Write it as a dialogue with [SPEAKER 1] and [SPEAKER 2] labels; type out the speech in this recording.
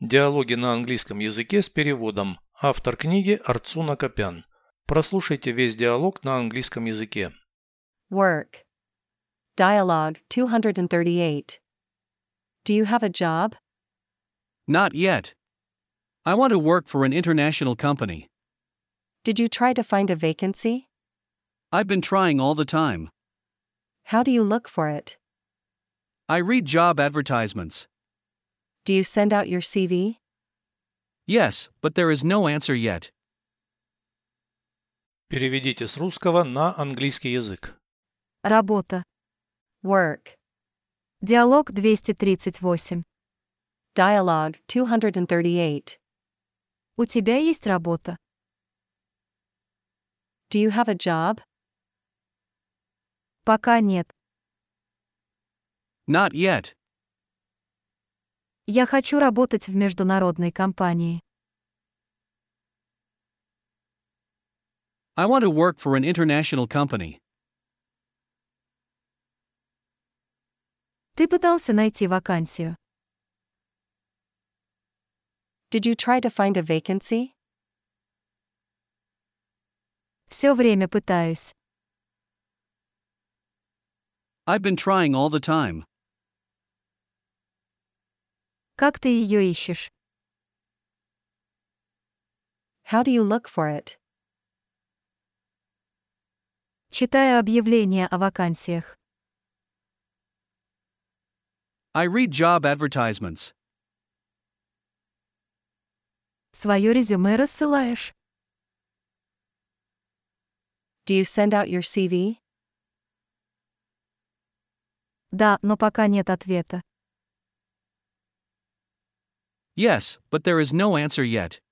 [SPEAKER 1] Диалоги на английском языке с переводом. Автор книги Арцуна Копян. Прослушайте весь диалог на английском языке.
[SPEAKER 2] Work. Dialogue 238. Do you have a job?
[SPEAKER 3] Not yet. I want to work for an international company.
[SPEAKER 2] Did you try to find a vacancy?
[SPEAKER 3] I've been trying all the time.
[SPEAKER 2] How do you look for it?
[SPEAKER 3] I read job advertisements.
[SPEAKER 2] Do you send out your CV?
[SPEAKER 3] Yes, but there is no answer yet.
[SPEAKER 1] Переведите с русского на английский язык.
[SPEAKER 4] Работа.
[SPEAKER 2] Work.
[SPEAKER 4] Диалог 238.
[SPEAKER 2] Dialogue 238.
[SPEAKER 4] У тебя есть работа.
[SPEAKER 2] Do you have a job?
[SPEAKER 4] Пока нет.
[SPEAKER 3] Not yet.
[SPEAKER 4] Я хочу работать в международной компании.
[SPEAKER 3] I want to work for an international company.
[SPEAKER 4] Ты пытался найти вакансию.
[SPEAKER 2] Did you try to find a vacancy?
[SPEAKER 4] Все время пытаюсь.
[SPEAKER 3] I've been trying all the time.
[SPEAKER 4] Как ты ее ищешь?
[SPEAKER 2] How do you look for it?
[SPEAKER 4] Читаю объявления о вакансиях.
[SPEAKER 3] I read job advertisements.
[SPEAKER 4] Свое резюме рассылаешь.
[SPEAKER 2] Do you send out your CV?
[SPEAKER 4] Да, но пока нет ответа.
[SPEAKER 3] Yes, but there is no answer yet.